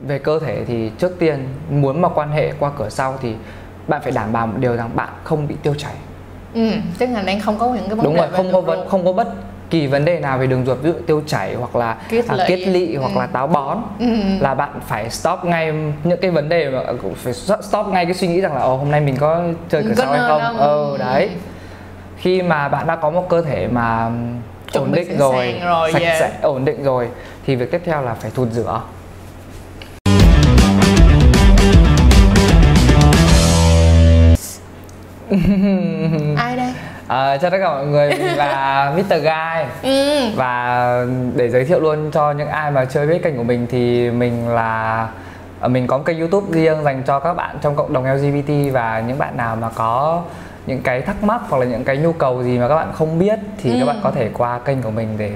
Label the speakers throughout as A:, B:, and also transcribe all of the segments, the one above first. A: về cơ thể thì trước tiên muốn mà quan hệ qua cửa sau thì bạn phải đảm bảo một điều rằng bạn không bị tiêu chảy
B: ừ tức là đang không có những cái vấn
A: đúng
B: đề
A: rồi
B: Vâng, về
A: không có
B: đường
A: vấn
B: ruột.
A: không có bất kỳ vấn đề nào về đường ruột ví dụ tiêu chảy hoặc là
B: Kiết lỵ.
A: kiết lỵ hoặc
B: Ừ.
A: là táo bón
B: ừ. ừ.
A: là bạn phải stop ngay những cái vấn đề mà à, cũng phải stop ngay cái suy nghĩ rằng là ồ hôm nay mình có chơi cửa
B: Có
A: sau hay
B: nên
A: không
B: không? Ừ.
A: ờ đấy khi mà bạn đã có một cơ thể mà
B: Chuẩn
A: ổn
B: bị
A: định
B: sẵn
A: rồi
B: sàng rồi,
A: sạch
B: yeah.
A: sẽ ổn định rồi thì việc tiếp theo là phải thụt rửa Ừ.
B: ai đây
A: à, chào tất cả mọi người mình là Mr. Guy
B: ừ
A: và để giới thiệu luôn cho những ai mà chơi với kênh của mình thì mình là ờ, mình có một kênh YouTube riêng dành cho các bạn trong cộng đồng LGBT và những bạn nào mà có những cái thắc mắc hoặc là những cái nhu cầu gì mà các bạn không biết thì các
B: Ừ.
A: bạn có thể qua kênh của mình để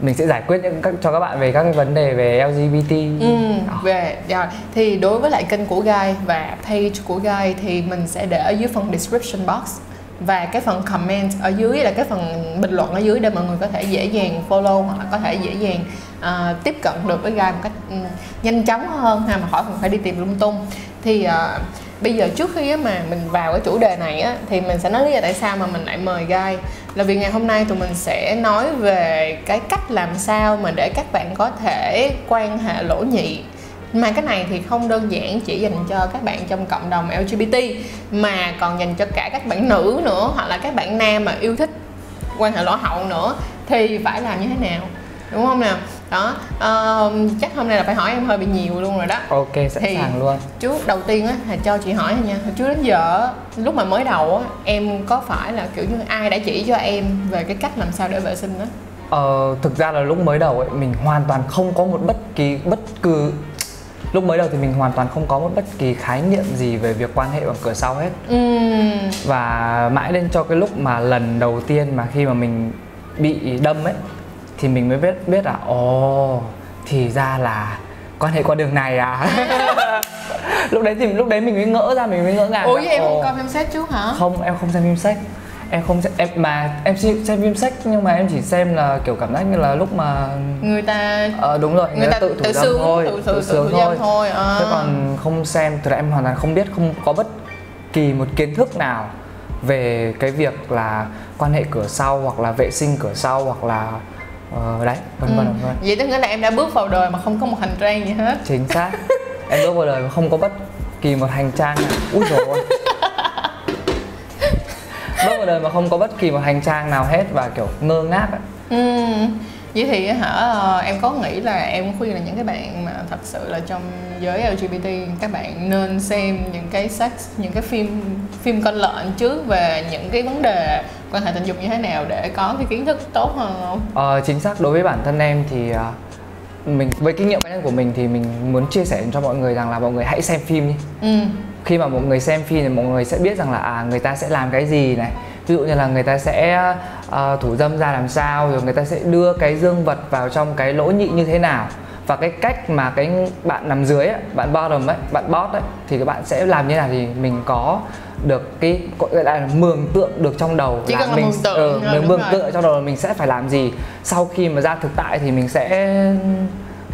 A: mình sẽ giải quyết những các cho các bạn về các cái vấn đề về LGBT.
B: Ừ,
A: Đó.
B: về rồi thì đối với lại kênh của Gai và page của Gai thì mình sẽ để ở dưới phần description box và cái phần comment ở dưới là cái phần bình luận ở dưới để mọi người có thể dễ dàng follow hoặc là có thể dễ dàng à, tiếp cận được với Gai một cách ừ, nhanh chóng hơn ha mà khỏi cần phải đi tìm lung tung thì à, bây giờ trước khi á mà mình vào cái chủ đề này á thì mình sẽ nói lý do tại sao mà mình lại mời Gai là vì ngày hôm nay tụi mình sẽ nói về cái cách làm sao mà để các bạn có thể quan hệ lỗ nhị mà cái này thì không đơn giản chỉ dành cho các bạn trong cộng đồng LGBT mà còn dành cho cả các bạn nữ nữa hoặc là các bạn nam mà yêu thích quan hệ lỗ hậu nữa thì phải làm như thế nào đúng không nào đó ờ, chắc hôm nay là phải hỏi em hơi bị nhiều luôn rồi đó
A: Ok sẵn
B: Thì-
A: sàng luôn.
B: trước đầu tiên á là cho chị hỏi nha hồi trước đến giờ á, lúc mà mới đầu á em có phải là kiểu như ai đã chỉ cho em về cái cách làm sao để vệ sinh á
A: Ờ, thực ra là lúc mới đầu ấy mình hoàn toàn không có một bất kỳ bất cứ lúc mới đầu thì mình hoàn toàn không có một bất kỳ khái niệm gì về việc quan hệ bằng cửa sau hết
B: Ừm,
A: và mãi đến cho cái lúc mà lần đầu tiên mà khi mà mình bị đâm ấy thì mình mới biết biết là ồ thì ra là quan hệ qua đường này à lúc đấy thì lúc đấy mình mới ngỡ ra mình mới ngỡ ngàng
B: ủa
A: là,
B: vậy em
A: "Ồ,
B: không coi phim xét trước hả
A: không em không xem phim sách em không xem, em mà em xem xem phim sách nhưng mà em chỉ xem là kiểu cảm giác như là lúc mà
B: người ta
A: Ờ đúng rồi, người,
B: người
A: ta, tự thủ dâm
B: sướng
A: thôi,
B: tự, tự, tự,
A: sướng
B: thủ dâm
A: thôi.
B: thôi à.
A: Chứ còn không xem, thực ra em hoàn toàn không biết, không có bất kỳ một kiến thức nào về cái việc là quan hệ cửa sau hoặc là vệ sinh cửa sau hoặc là ờ, đấy, vân vân
B: Ừ.
A: vân vân.
B: vậy tức nghĩa là em đã bước vào đời mà không có một hành trang gì hết
A: Chính xác. em bước vào đời mà không có bất kỳ một hành trang nào. Úi dồi ôi. bước vào đời mà không có bất kỳ một hành trang nào hết và kiểu ngơ ngác ấy.
B: Ừm, vậy thì hả ờ, em có nghĩ là em khuyên là những cái bạn mà thật sự là trong giới LGBT các bạn nên xem những cái sex những cái phim phim con lợn trước về những cái vấn đề quan hệ tình dục như thế nào để có cái kiến thức tốt hơn không?
A: Ờ, chính xác đối với bản thân em thì à, mình với kinh nghiệm cá nhân của mình thì mình muốn chia sẻ cho mọi người rằng là mọi người hãy xem phim đi.
B: Ừ.
A: Khi mà mọi người xem phim thì mọi người sẽ biết rằng là à người ta sẽ làm cái gì này. Ví dụ như là người ta sẽ ờ, thủ dâm ra làm sao rồi người ta sẽ đưa cái dương vật vào trong cái lỗ nhị như thế nào và cái cách mà cái bạn nằm dưới ấy, bạn bottom ấy, bạn bot ấy thì các bạn sẽ làm như thế nào thì mình có được cái gọi là mường tượng được trong đầu
B: Chỉ cần là
A: mình
B: mường tượng
A: ờ,
B: thôi,
A: mình
B: đúng
A: mường
B: rồi.
A: tượng ở trong đầu là mình sẽ phải làm gì sau khi mà ra thực tại thì mình sẽ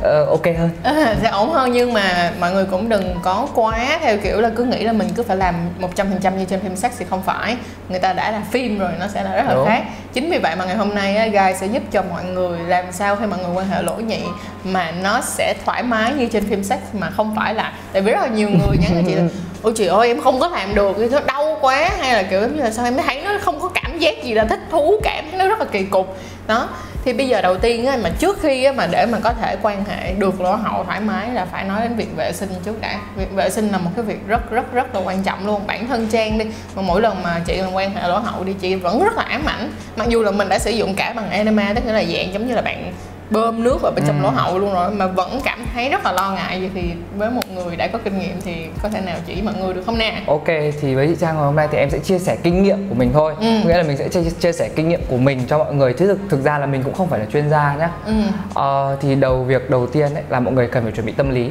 A: ờ, ok hơn
B: À, sẽ ổn hơn nhưng mà mọi người cũng đừng có quá theo kiểu là cứ nghĩ là mình cứ phải làm 100% như trên phim sex thì không phải người ta đã là phim rồi nó sẽ là rất là
A: Đúng.
B: khác chính vì vậy mà ngày hôm nay á, Guy sẽ giúp cho mọi người làm sao khi mọi người quan hệ lỗ nhị mà nó sẽ thoải mái như trên phim sex mà không phải là tại vì rất là nhiều người nhắn cho chị là ôi chị ơi em không có làm được nó đau quá hay là kiểu giống như là sao em thấy nó không có cảm giác gì là thích thú cảm thấy nó rất là kỳ cục đó thì bây giờ đầu tiên á, mà trước khi á, mà để mà có thể quan hệ được lỗ hậu thoải mái là phải nói đến việc vệ sinh trước đã việc vệ sinh là một cái việc rất rất rất là quan trọng luôn bản thân trang đi mà mỗi lần mà chị làm quan hệ lỗ hậu đi chị vẫn rất là ám ảnh mặc dù là mình đã sử dụng cả bằng enema tức nghĩa là dạng giống như là bạn bơm nước vào bên trong
A: Ừ.
B: lỗ hậu luôn rồi mà vẫn cảm thấy rất là lo ngại vậy thì với một người đã có kinh nghiệm thì có thể nào chỉ mọi người được không nè
A: Ok thì với chị Trang ngày hôm nay thì em sẽ chia sẻ kinh nghiệm của mình thôi
B: Ừ.
A: Nghĩa là mình sẽ chia, chia sẻ kinh nghiệm của mình cho mọi người Chứ thực, thực ra là mình cũng không phải là chuyên gia nhá
B: ừ
A: Ờ, Thì đầu việc đầu tiên ấy, là mọi người cần phải chuẩn bị tâm lý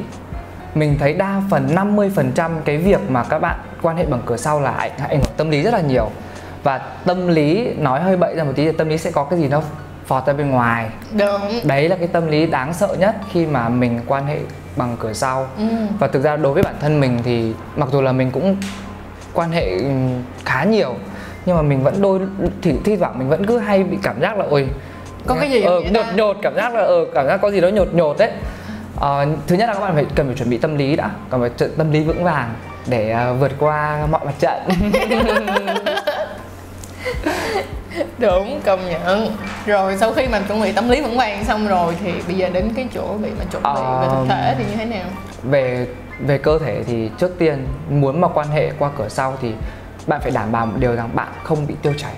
A: Mình thấy đa phần 50% cái việc mà các bạn quan hệ bằng cửa sau là ảnh, ảnh hưởng tâm lý rất là nhiều Và tâm lý nói hơi bậy ra một tí thì tâm lý sẽ có cái gì nó phọt ra bên ngoài
B: đúng
A: đấy là cái tâm lý đáng sợ nhất khi mà mình quan hệ bằng cửa sau
B: ừ.
A: và thực ra đối với bản thân mình thì mặc dù là mình cũng quan hệ ừm, khá nhiều nhưng mà mình vẫn đôi thì thi thoảng mình vẫn cứ hay bị cảm giác là ôi
B: Có cái gì
A: ờ,
B: vậy
A: nhột
B: ta?
A: nhột cảm giác là ờ cảm giác có gì đó nhột nhột đấy Ờ, thứ nhất là các bạn phải cần phải chuẩn bị tâm lý đã cần phải chuẩn- tâm lý vững vàng để ờ, vượt qua mọi mặt trận
B: đúng công nhận rồi sau khi mà chuẩn bị tâm lý vững vàng xong rồi thì bây giờ đến cái chỗ bị mà chuẩn bị về
A: Ờ.
B: thực thể thì như thế nào
A: về về cơ thể thì trước tiên muốn mà quan hệ qua cửa sau thì bạn phải đảm bảo một điều rằng bạn không bị tiêu chảy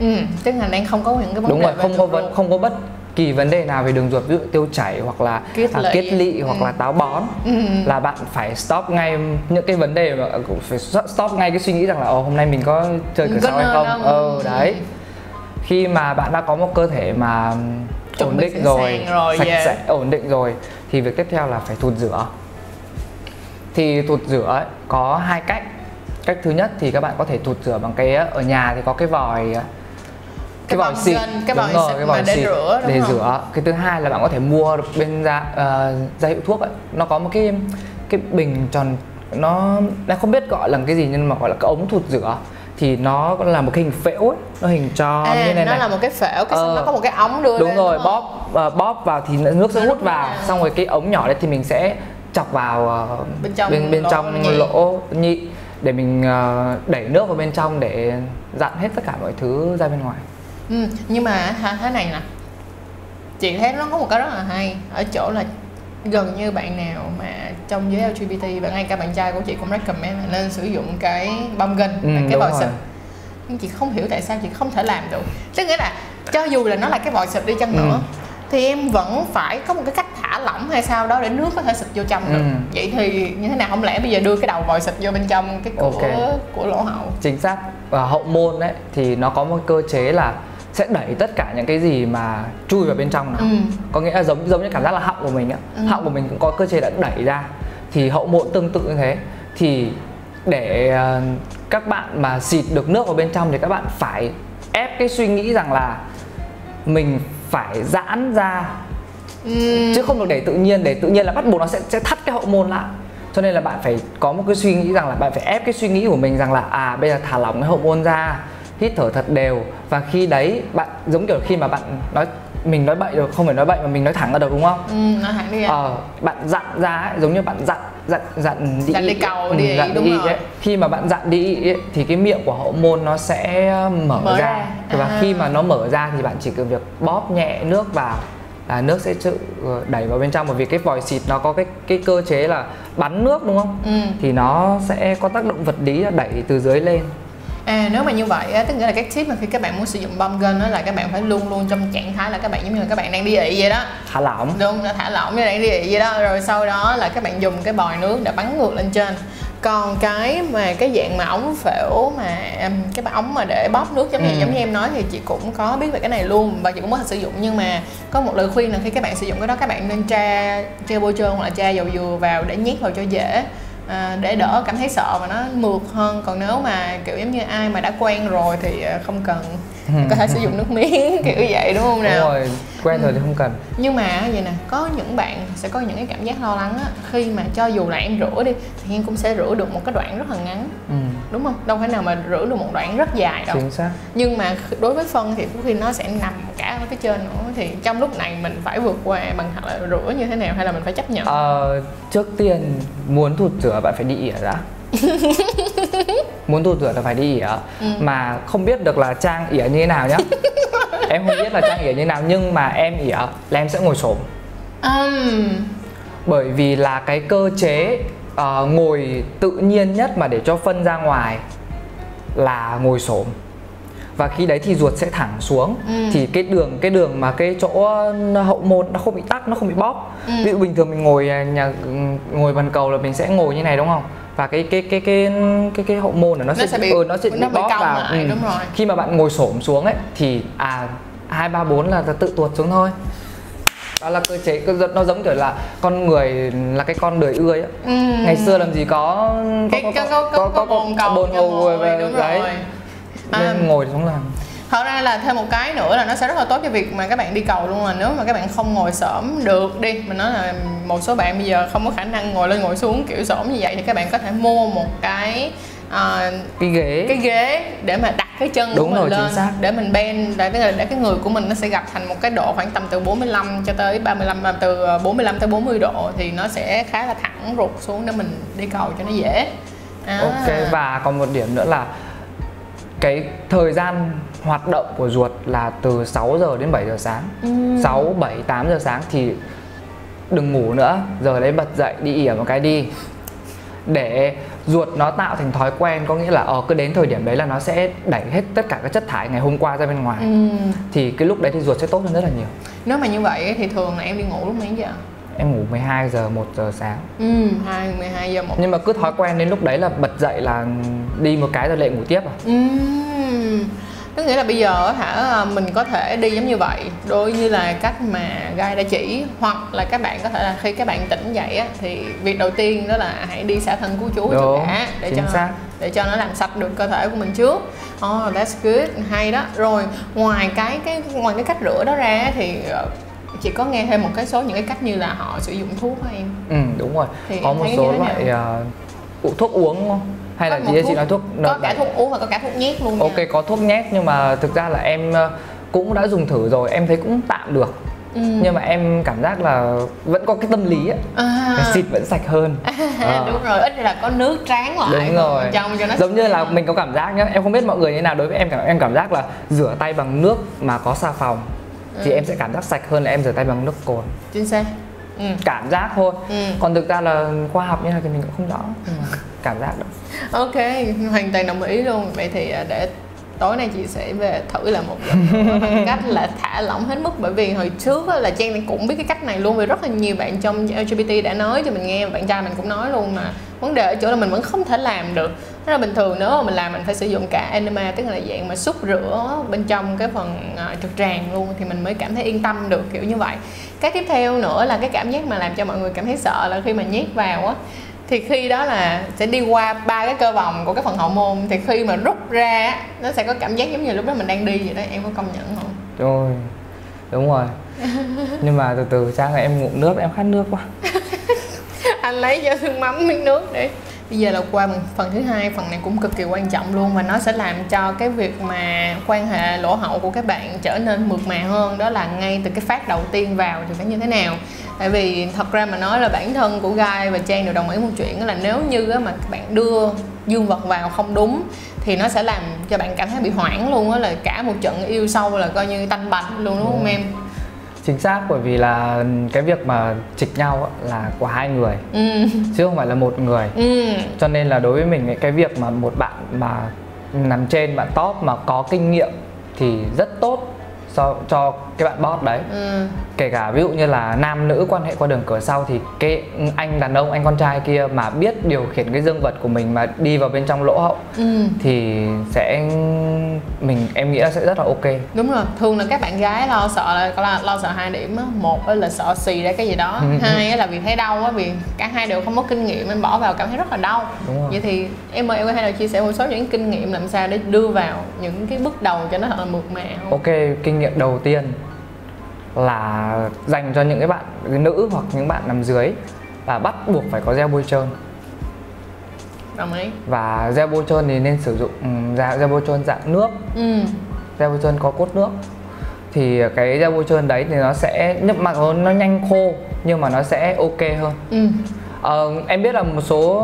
B: ừ tức là đang không có những cái vấn
A: đúng
B: đề
A: rồi
B: về
A: không có
B: ruột
A: vấn
B: luôn.
A: không có bất kỳ vấn đề nào về đường ruột ví dụ tiêu chảy hoặc là
B: Kiết
A: à,
B: lỵ.
A: kiết lỵ hoặc
B: Ừ.
A: là táo bón
B: ừ.
A: là bạn phải stop ngay những cái vấn đề mà cũng phải stop ngay cái suy nghĩ rằng là ồ hôm nay mình có chơi cửa
B: Có
A: sau hay
B: nên
A: không
B: không?
A: ờ
B: Ừ.
A: đấy khi mà bạn đã có một cơ thể mà
B: Chuẩn
A: ổn
B: bị
A: định
B: sẵn
A: rồi,
B: sàng rồi,
A: sạch
B: yeah.
A: sẽ ổn định rồi thì việc tiếp theo là phải thụt rửa thì thụt rửa ấy, có hai cách cách thứ nhất thì các bạn có thể thụt rửa bằng cái ờ, ở nhà thì có cái vòi ờ,
B: Cái
A: vòi
B: vòi
A: xịt
B: gân,
A: đúng
B: cái vòi
A: rồi,
B: xịt
A: cái vòi
B: mà để
A: xịt
B: rửa, đúng
A: để
B: không?
A: rửa cái thứ hai là bạn có thể mua được bên gia ờ, gia hiệu thuốc ấy. nó có một cái cái bình tròn nó em không biết gọi là cái gì nhưng mà gọi là cái ống thụt rửa thì nó là một cái hình phễu ấy, nó hình tròn
B: à,
A: Ờ, như này
B: nó
A: này
B: là một cái phễu cái xong
A: Ờ.
B: nó có một cái ống đưa
A: đúng
B: lên,
A: rồi
B: không?
A: bóp ờ, bóp vào thì nước sẽ
B: Nó
A: hút
B: hút
A: vào
B: vào.
A: xong rồi cái ống nhỏ đấy thì mình sẽ chọc vào ờ,
B: Bên trong
A: bên, bên
B: lỗ
A: trong
B: nhị.
A: lỗ nhị để mình ờ, đẩy nước vào bên trong để dặn hết tất cả mọi thứ ra bên ngoài
B: Ừ, nhưng mà hả, thế này nè chị thấy nó có một cái rất là hay ở chỗ là gần như bạn nào mà trong giới LGBT và ngay cả bạn trai của chị cũng recommend là nên sử dụng cái bông gân
A: Ừ,
B: là cái
A: đúng
B: vòi
A: rồi.
B: xịt nhưng chị không hiểu tại sao chị không thể làm được tức nghĩa là cho dù là nó là cái vòi xịt đi chăng
A: Ừ.
B: nữa thì em vẫn phải có một cái cách thả lỏng hay sao đó để nước có thể xịt vô trong được
A: Ừ.
B: vậy thì như thế nào không lẽ bây giờ đưa cái đầu vòi xịt vô bên trong cái cửa
A: Ok.
B: của lỗ hậu
A: chính xác và hậu môn ấy thì nó có một cơ chế là sẽ đẩy tất cả những cái gì mà chui vào bên trong nó
B: ừ.
A: có nghĩa là giống giống như cảm giác là họng của mình á
B: Ừ.
A: họng của mình cũng có cơ chế đã đẩy ra thì hậu môn tương tự như thế thì để ờ, các bạn mà xịt được nước vào bên trong thì các bạn phải ép cái suy nghĩ rằng là mình phải giãn ra
B: Ừ.
A: chứ không được để tự nhiên để tự nhiên là bắt buộc nó sẽ sẽ thắt cái hậu môn lại cho nên là bạn phải có một cái suy nghĩ rằng là bạn phải ép cái suy nghĩ của mình rằng là à bây giờ thả lỏng cái hậu môn ra hít thở thật đều và khi đấy bạn giống kiểu khi mà bạn nói mình nói bậy rồi không phải nói bậy mà mình nói thẳng ra được đúng không
B: ừ. nó hẳn đi ạ.
A: ờ bạn dặn ra ấy, giống như bạn dặn dặn dặn đi
B: Dạ. Dặn đi
A: ý. Ừ,
B: cầu đi ý, đúng
A: ý
B: rồi.
A: ấy. khi mà bạn dặn đi ý ấy, thì cái miệng của hậu môn nó sẽ um, mở,
B: Mở
A: ra,
B: ra.
A: và
B: À.
A: khi mà nó mở ra thì bạn chỉ cần việc bóp nhẹ nước vào là nước sẽ tự ờ, đẩy vào bên trong bởi vì cái vòi xịt nó có cái cái cơ chế là bắn nước đúng không
B: Ừ.
A: thì nó sẽ có tác động vật lý là đẩy từ dưới lên
B: À nếu mà như vậy á, tức nghĩa là cái tip mà khi các bạn muốn sử dụng bông gân á là các bạn phải luôn luôn trong trạng thái là các bạn giống như là các bạn đang đi ị vậy đó
A: thả lỏng
B: Đúng, là thả lỏng như đang đi ị vậy đó Rồi sau đó là các bạn dùng cái bòi nước để bắn ngược lên trên Còn cái mà cái dạng mà ống phễu mà em, cái bà ống mà để bóp nước giống như
A: Ừ.
B: giống như em nói thì chị cũng có biết về cái này luôn và chị cũng có sử dụng nhưng mà có một lời khuyên là khi các bạn sử dụng cái đó các bạn nên tra tra bôi trơn hoặc là tra dầu dừa vào để nhét vào cho dễ à, để đỡ cảm thấy sợ và nó mượt hơn còn nếu mà kiểu giống như ai mà đã quen rồi thì à, không cần
A: Ừ.
B: có thể sử dụng nước miếng kiểu vậy đúng không
A: đúng
B: nào
A: rồi quen rồi thì không cần
B: nhưng mà vậy nè có những bạn sẽ có những cái cảm giác lo lắng á khi mà cho dù là em rửa đi thì em cũng sẽ rửa được một cái đoạn rất là ngắn
A: ừ,
B: đúng không đâu phải nào mà rửa được một đoạn rất dài đâu
A: chính xác
B: nhưng mà kh- đối với phân thì có khi nó sẽ nằm cả ở phía trên nữa thì trong lúc này mình phải vượt qua bằng hoặc là rửa như thế nào hay là mình phải chấp nhận
A: Ờ, trước tiên muốn thụt rửa bạn phải đi ỉa đã muốn thụt rửa là phải đi ỉa mà không biết được là trang ỉa như thế nào nhá em không biết là trang ỉa như thế nào nhưng mà em ỉa là em sẽ ngồi xổm
B: Ừm,
A: bởi vì là cái cơ chế ờ, ngồi tự nhiên nhất mà để cho phân ra ngoài là ngồi xổm và khi đấy thì ruột sẽ thẳng xuống
B: Ừ.
A: thì cái đường cái đường mà cái chỗ ờ, hậu môn nó không bị tắc nó không bị bóp
B: Ừ.
A: ví dụ bình thường mình ngồi à, nhà ngồi bàn cầu là mình sẽ ngồi như này đúng không và cái cái cái cái cái cái hậu môn là nó,
B: nó sẽ bị
A: ừ, nó sẽ bị
B: nó bị
A: bóp
B: cong
A: vào
B: lại
A: Ừ.
B: đúng rồi
A: khi mà bạn ngồi xổm xuống ấy thì à hai ba bốn là tự tuột xuống thôi đó là cơ chế cơ- nó giống kiểu là con người là cái con đời ươi ấy.
B: Ừm.
A: ngày xưa làm gì có
B: Ừ. cái có có có, có, bồn cầu
A: bồn
B: cho
A: cầu
B: ngồi,
A: về-
B: đúng
A: đấy
B: rồi
A: nên
B: À.
A: ngồi xuống là
B: thật ra là thêm một cái nữa là nó sẽ rất là tốt cho việc mà các bạn đi cầu luôn là nếu mà các bạn không ngồi xổm được đi mình nói là một số bạn bây giờ không có khả năng ngồi lên ngồi xuống kiểu xổm như vậy thì các bạn có thể mua một cái à,
A: cái ghế
B: cái ghế để mà đặt cái chân
A: Đúng
B: của mình
A: rồi,
B: lên
A: chính xác.
B: để mình bend để cái để cái người của mình nó sẽ gặp thành một cái độ khoảng tầm từ 45 cho tới 35 à, từ 45 tới 40 độ thì nó sẽ khá là thẳng ruột xuống để mình đi cầu cho nó dễ. À.
A: Ok và còn một điểm nữa là cái thời gian hoạt động của ruột là từ 6 giờ đến 7 giờ sáng. 6 7 8 giờ sáng thì đừng ngủ nữa, giờ đấy bật dậy đi ỉa một cái đi. Để ruột nó tạo thành thói quen có nghĩa là ờ cứ đến thời điểm đấy là nó sẽ đẩy hết tất cả các chất thải ngày hôm qua ra bên ngoài.
B: Ừm,
A: Thì cái lúc đấy thì ruột sẽ tốt hơn rất là nhiều.
B: Nếu mà như vậy thì thường là em đi ngủ lúc mấy giờ?
A: Em ngủ 12 giờ 1 giờ sáng.
B: Ừ, 2 12 giờ một.
A: Nhưng mà cứ thói quen đến lúc đấy là bật dậy là đi một cái rồi lại ngủ tiếp à.
B: Ừm, Ừ. Có nghĩa là bây giờ hả à, mình có thể đi giống như vậy đôi như là cách mà Gai đã chỉ hoặc là các bạn có thể là khi các bạn tỉnh dậy á, thì việc đầu tiên đó là hãy đi xả thân cứu chú cho
A: Đúng,
B: cả để
A: chính
B: cho
A: xác.
B: để cho nó làm sạch được cơ thể của mình trước. Oh, that's good, hay đó. Rồi ngoài cái cái ngoài cái cách rửa đó ra thì ờ, chị có nghe thêm một cái số những cái cách như là họ sử dụng thuốc hả em?
A: Ừ đúng rồi.
B: Thì
A: có
B: em
A: một
B: thấy
A: số
B: như thế nào?
A: loại ờ, ụ- thuốc uống đúng không? Hay là
B: Có một
A: chị chị nói thuốc
B: có cả
A: đợt-
B: thuốc uống và có cả thuốc nhét luôn nha.
A: Ok có thuốc nhét nhưng mà thực ra là em ờ, cũng đã dùng thử rồi em thấy cũng tạm được
B: Ừm.
A: nhưng mà em cảm giác là vẫn có cái tâm lý ấy.
B: À.
A: cái xịt vẫn sạch hơn Ờ.
B: đúng rồi ít là có nước tráng lại
A: đúng rồi
B: trong cho nó
A: giống như là mình có cảm giác nhá em không biết mọi người như thế nào đối với em cảm em cảm giác là rửa tay bằng nước mà có xà phòng thì
B: Ừ.
A: em sẽ cảm giác sạch hơn là em rửa tay bằng nước cồn
B: chính xác ừ.
A: cảm giác thôi
B: Ừ.
A: còn thực ra là khoa học như thế nào thì mình cũng không rõ nhưng mà cảm giác đó
B: ok hoàn toàn đồng ý luôn vậy thì à, để tối nay chị sẽ về thử là một lần nữa bằng cách là thả lỏng hết mức bởi vì hồi trước á, là Trang cũng biết cái cách này luôn vì rất là nhiều bạn trong LGBT đã nói cho mình nghe bạn trai mình cũng nói luôn mà vấn đề ở chỗ là mình vẫn không thể làm được rất là bình thường nếu mà mình làm mình phải sử dụng cả enema tức là dạng mà xúc rửa bên trong cái phần à, trực tràng luôn thì mình mới cảm thấy yên tâm được kiểu như vậy cái tiếp theo nữa là cái cảm giác mà làm cho mọi người cảm thấy sợ là khi mà nhét vào á thì khi đó là sẽ đi qua ba cái cơ vòng của cái phần hậu môn thì khi mà rút ra á, nó sẽ có cảm giác giống như lúc đó mình đang đi vậy đó em có công nhận không
A: Rồi, đúng rồi Nhưng mà từ từ sang là em ngụm nước, em khát nước quá
B: anh lấy cho thương mắm miếng nước đi bây giờ là qua phần- phần thứ hai phần này cũng cực kỳ quan trọng luôn và nó sẽ làm cho cái việc mà quan hệ lỗ hậu của các bạn trở nên mượt mà hơn đó là ngay từ cái phát đầu tiên vào thì phải như thế nào tại vì thật ra mà nói là bản thân của gai và trang đều đồng ý một chuyện đó là nếu như á mà các bạn đưa dương vật vào không đúng thì nó sẽ làm cho bạn cảm thấy bị hoảng luôn á là cả một trận yêu sâu là coi như tanh bạch luôn đúng không em
A: Chính xác bởi vì là cái việc mà chịch nhau á, là của hai người
B: ừ
A: Chứ không phải là một người
B: ừ
A: Cho nên là đối với mình ấy, cái việc mà một bạn mà nằm trên bạn top mà có kinh nghiệm Thì rất tốt so, cho cái bạn bot đấy
B: ừ
A: kể cả ví dụ như là nam nữ quan hệ qua đường cửa sau thì cái anh đàn ông anh con trai kia mà biết điều khiển cái dương vật của mình mà đi vào bên trong lỗ hậu
B: ừ
A: thì sẽ mình em nghĩ là sẽ rất là ok
B: đúng rồi thường là các bạn gái lo sợ là có lo, lo sợ hai điểm á một á là sợ xì ra cái gì đó hai á là vì thấy đau á vì cả hai đều không có kinh nghiệm nên bỏ vào cảm thấy rất là đau
A: Đúng rồi.
B: vậy thì em ơi em có thể nào chia sẻ một số những kinh nghiệm làm sao để đưa vào những cái bước đầu cho nó thật là mượt mà không
A: ok kinh nghiệm đầu tiên là dành cho những cái bạn nữ hoặc những bạn nằm dưới là bắt buộc phải có gel bôi trơn
B: đồng ý
A: và gel bôi trơn thì nên sử dụng ừm, dạng gel bôi trơn dạng nước
B: ừ
A: gel bôi trơn có cốt nước thì cái gel bôi trơn đấy thì nó sẽ nhưng mặc dù nó nhanh khô nhưng mà nó sẽ ok hơn
B: ừ
A: Ờ, em biết là một số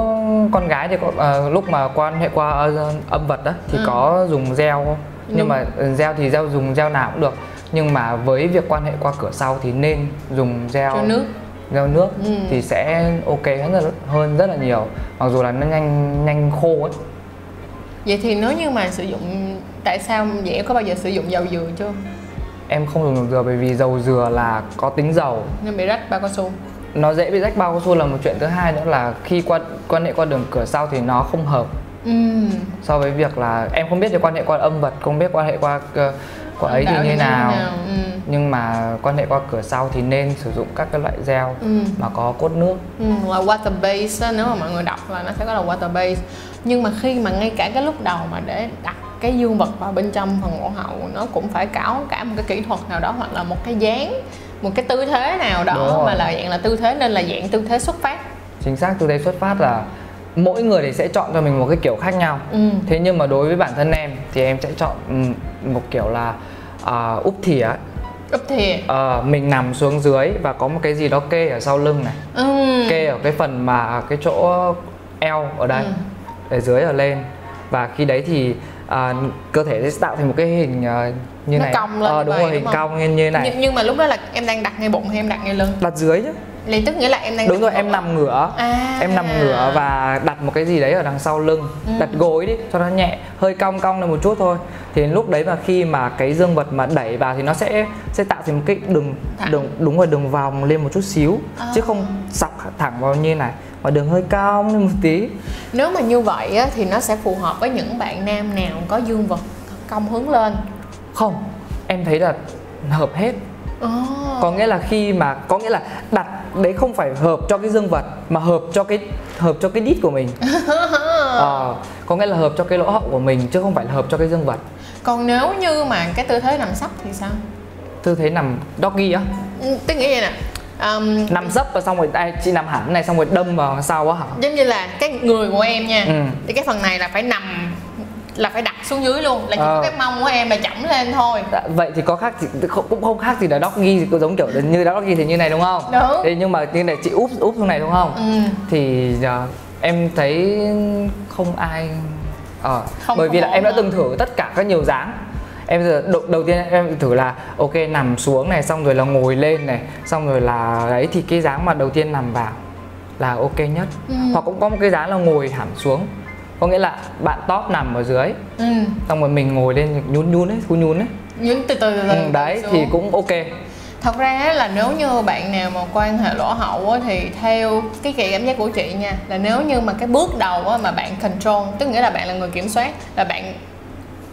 A: con gái thì có, ờ, lúc mà quan hệ qua ờ, âm vật đó thì
B: Ừ.
A: có dùng gel không? nhưng
B: Đúng.
A: mà ừ, gel thì gel dùng gel nào cũng được nhưng mà với việc quan hệ qua cửa sau thì nên dùng gel
B: cho nước
A: gel nước
B: Ừ.
A: thì sẽ ok hơn rất, hơn rất là nhiều mặc dù là nó nhanh nhanh khô ấy
B: vậy thì nếu như mà sử dụng tại sao vậy em có bao giờ sử dụng dầu dừa chưa
A: em không dùng dầu dừa bởi vì dầu dừa là có tính dầu
B: nên bị rách bao cao su
A: nó dễ bị rách bao cao su là một chuyện thứ hai nữa là khi quan quan hệ qua đường cửa sau thì nó không hợp
B: ừ
A: so với việc là em không biết về quan hệ qua âm vật không biết quan hệ qua ờ, qua ấy thì
B: Đảo
A: như thế nào
B: ừ
A: nhưng mà quan hệ qua cửa sau thì nên sử dụng các cái loại gel
B: ừ
A: mà có cốt nước
B: Ừ, là water based á, nếu mà mọi người đọc là nó sẽ có là water based nhưng mà khi mà ngay cả cái lúc đầu mà để đặt cái dương vật vào bên trong phần cổ hậu nó cũng phải cáo cả một cái kỹ thuật nào đó hoặc là một cái dáng một cái tư thế nào
A: Đúng
B: đó
A: rồi.
B: mà là dạng là tư thế nên là dạng tư thế xuất phát
A: chính xác từ đây xuất phát là mỗi người thì sẽ chọn cho mình một cái kiểu khác nhau
B: ừ.
A: thế nhưng mà đối với bản thân em thì em sẽ chọn ừm, một kiểu là à, úp thỉa
B: úp thìa
A: Ờ, mình nằm xuống dưới và có một cái gì đó kê ở sau lưng này
B: ừ.
A: kê ở cái phần mà cái chỗ eo ở đây
B: Ừ.
A: ở dưới ở lên và khi đấy thì à, cơ thể sẽ tạo thành một cái hình à, như
B: Nó
A: này
B: cong lên
A: Ờ,
B: như
A: đúng
B: vậy,
A: rồi
B: đúng
A: hình
B: không?
A: cong như như này
B: nhưng, nhưng mà lúc đó là em đang đặt ngay bụng hay em đặt ngay lưng
A: đặt dưới chứ
B: Là tức nghĩa là em đang
A: đúng rồi
B: đặt
A: em
B: bụng.
A: nằm ngửa
B: à.
A: em nằm ngửa và đặt một cái gì đấy ở đằng sau lưng
B: Ừ.
A: đặt gối đi cho nó nhẹ hơi cong cong lên một chút thôi thì lúc đấy mà khi mà cái dương vật mà đẩy vào thì nó sẽ sẽ tạo thành một cái đường
B: Thẳng.
A: đường đúng rồi đường vòng lên một chút xíu
B: À.
A: chứ không sọc thẳng vào như này mà đường hơi cong lên một tí
B: nếu mà như vậy á, thì nó sẽ phù hợp với những bạn nam nào có dương vật cong hướng lên
A: không em thấy là hợp hết
B: oh.
A: có nghĩa là khi mà có nghĩa là đặt đấy không phải hợp cho cái dương vật mà hợp cho cái hợp cho cái đít của mình Ờ, có nghĩa là hợp cho cái lỗ hậu của mình chứ không phải là hợp cho cái dương vật
B: còn nếu như mà cái tư thế nằm sấp thì sao
A: tư thế nằm doggy á
B: Ừ, tức nghĩa vậy nè um,
A: nằm dấp và xong rồi ai chị nằm hẳn này xong rồi đâm vào sau á hả
B: giống như là cái người của em nha
A: Ừ.
B: thì cái phần này là phải nằm là phải đặt xuống dưới luôn là chỉ
A: Ờ.
B: có cái mông của em là chẩm lên thôi
A: Dạ, vậy thì có khác gì không- cũng không khác gì là doggy thì cũng giống kiểu là như doggy thì như này đúng không
B: Đúng.
A: thế nhưng mà như này chị úp úp xuống này đúng không
B: ừ.
A: thì ờ, em thấy không ai ờ
B: Không-
A: bởi vì
B: không
A: là
B: ổn
A: em đã
B: hả?
A: từng thử tất cả các nhiều dáng em giờ đầu, đầu tiên em thử là ok nằm xuống này xong rồi là ngồi lên này xong rồi là đấy thì cái dáng mà đầu tiên nằm vào là ok nhất
B: Ừ.
A: hoặc cũng có một cái dáng là ngồi hẳn xuống có nghĩa là bạn top nằm ở dưới
B: Ừ.
A: xong rồi mình ngồi lên nhún nhún ấy thu nhún ấy
B: Nhún từ từ từ từ
A: ừ, đấy
B: xuống.
A: thì cũng ok
B: thật ra á, là nếu như bạn nào mà quan hệ lỗ hậu á, thì theo cái kỳ cảm giác của chị nha là nếu như mà cái bước đầu á, mà bạn control tức nghĩa là bạn là người kiểm soát là bạn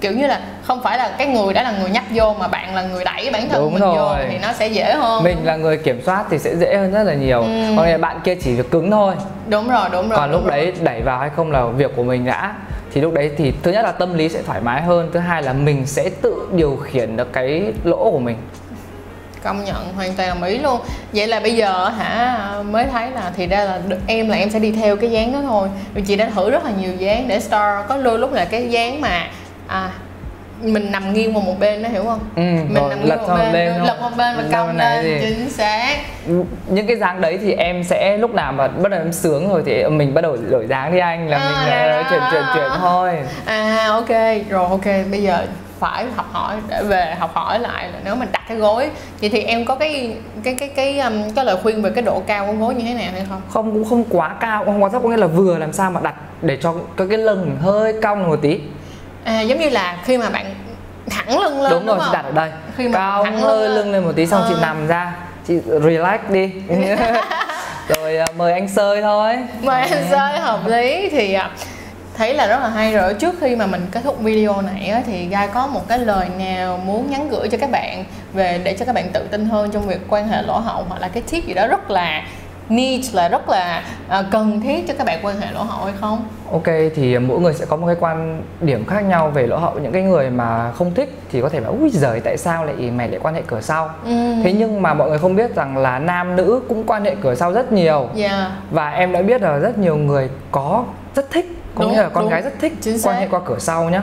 B: kiểu như là không phải là cái người đã là người nhấp vô mà bạn là người đẩy bản thân
A: Đúng
B: mình vô
A: rồi.
B: thì nó sẽ dễ hơn
A: mình là người kiểm soát thì sẽ dễ hơn rất là nhiều
B: Ừ.
A: có nghĩa là bạn kia chỉ việc cứng thôi
B: đúng rồi đúng rồi
A: còn
B: đúng
A: lúc
B: rồi.
A: đấy đẩy vào hay không là việc của mình đã thì lúc đấy thì thứ nhất là tâm lý sẽ thoải mái hơn thứ hai là mình sẽ tự điều khiển được cái lỗ của mình
B: công nhận hoàn toàn đồng ý luôn vậy là bây giờ hả mới thấy là thì ra là đ- em là em sẽ đi theo cái dáng đó thôi vì chị đã thử rất là nhiều dáng để star có đôi lúc là cái dáng mà à mình nằm nghiêng vào một bên đó hiểu không
A: Ừ,
B: mình
A: rồi,
B: nằm nghiêng
A: lật
B: một
A: sang một
B: bên,
A: bên không?
B: đúng, lật một bên và
A: Lật
B: cong
A: bên này
B: lên
A: thì-
B: chính xác
A: những cái dáng đấy thì em sẽ lúc nào mà bắt đầu em sướng rồi thì mình bắt đầu đổi dáng đi anh là
B: À,
A: mình
B: ra
A: ờ,
B: đó.
A: chuyển chuyển chuyển thôi
B: à ok rồi ok bây giờ phải học hỏi để về học hỏi lại là nếu mình đặt cái gối vậy thì em có cái cái cái cái um, cái lời khuyên về cái độ cao của gối như thế nào hay không
A: không cũng không quá cao cũng không quá thấp có nghĩa là vừa làm sao mà đặt để cho cái cái lưng mình hơi cong một tí
B: à, giống như là khi mà bạn thẳng lưng lên
A: đúng
B: đúng,
A: rồi
B: không?
A: chị đặt ở đây
B: Khi mà
A: cao
B: thẳng
A: hơi
B: lưng
A: lưng lên một tí xong chị
B: Ờ.
A: nằm ra chị relax đi rồi à, mời anh sơi thôi
B: mà em rơi hợp lý thì à, thấy là rất là hay rồi trước khi mà mình kết thúc video này á, thì gai có một cái lời nào muốn nhắn gửi cho các bạn về để cho các bạn tự tin hơn trong việc quan hệ lỗ hậu hoặc là cái tip gì đó rất là need là rất là à, cần thiết cho các bạn quan hệ lỗ hậu hay không
A: ok thì mỗi người sẽ có một cái quan điểm khác nhau về lỗ hậu những cái người mà không thích thì có thể bảo ui giời tại sao lại mày lại quan hệ cửa sau
B: ừ
A: thế nhưng mà mọi người không biết rằng là nam nữ cũng quan hệ cửa sau rất nhiều
B: yeah
A: và em đã biết là rất nhiều người có rất thích có
B: Đúng,
A: nghĩa là con
B: đúng,
A: gái rất thích
B: chính
A: quan
B: xác.
A: hệ qua cửa sau nhá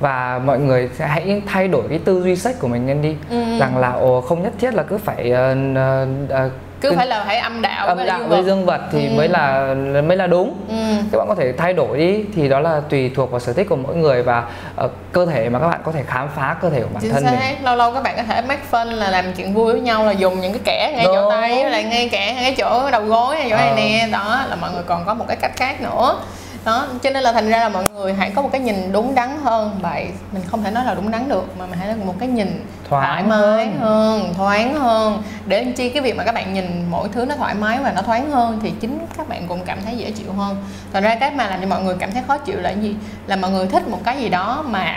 A: và mọi người sẽ hãy thay đổi cái tư duy sách của mình lên đi
B: Ừ.
A: rằng là ồ, không nhất thiết là cứ phải ờ, ờ, ờ,
B: cứ
A: cứ
B: phải là phải âm đạo
A: âm
B: với
A: đạo
B: dương
A: với
B: vật.
A: dương vật thì
B: Ừ.
A: mới là mới là đúng
B: ừ
A: các bạn có thể thay đổi đi thì đó là tùy thuộc vào sở thích của mỗi người và ờ, cơ thể mà các bạn có thể khám phá cơ thể của bản
B: chính
A: thân
B: xác
A: mình
B: lâu lâu các bạn có thể make fun là làm chuyện vui với nhau là dùng những cái kẻ ngay chỗ
A: Đúng.
B: tay với lại ngay kẻ ngay chỗ đầu gối ngay chỗ này
A: Ờ.
B: nè đó là mọi người còn có một cái cách khác nữa đó cho nên là thành ra là mọi người hãy có một cái nhìn đúng đắn hơn vậy mình không thể nói là đúng đắn được mà mình hãy là một cái nhìn
A: Thoáng
B: thoải mái hơn thoáng hơn để làm chi cái việc mà các bạn nhìn mỗi thứ nó thoải mái và nó thoáng hơn thì chính các bạn cũng cảm thấy dễ chịu hơn thành ra cái mà làm cho mọi người cảm thấy khó chịu là cái gì là mọi người thích một cái gì đó mà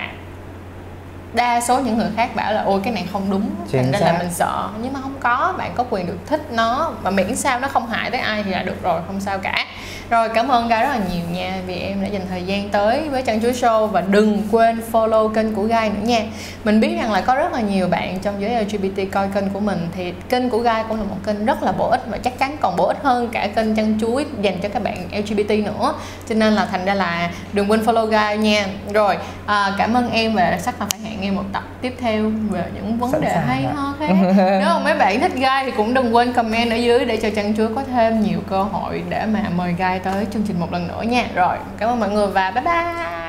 B: đa số những người khác bảo là ôi cái này không đúng
A: Chính
B: thành ra
A: xác.
B: là mình sợ nhưng mà không có bạn có quyền được thích nó mà miễn sao nó không hại tới ai thì là được rồi không sao cả rồi cảm ơn Gai rất là nhiều nha vì em đã dành thời gian tới với chân chuối show và đừng quên follow kênh của Gai nữa nha mình biết rằng là có rất là nhiều bạn trong giới LGBT coi kênh của mình thì kênh của Gai cũng là một kênh rất là bổ ích và chắc chắn còn bổ ích hơn cả kênh chăn chuối dành cho các bạn LGBT nữa cho nên là thành ra là đừng quên follow Gai nha rồi à, cảm ơn em và chắc là phải hẹn em một tập tiếp theo về những vấn
A: Sẵn
B: đề
A: sàng
B: hay
A: ạ.
B: ho khác nếu mà mấy bạn thích Gai thì cũng đừng quên comment ở dưới để cho chăn chuối có thêm nhiều cơ hội để mà mời Gai tới chương trình một lần nữa nha rồi cảm ơn mọi người và bye bye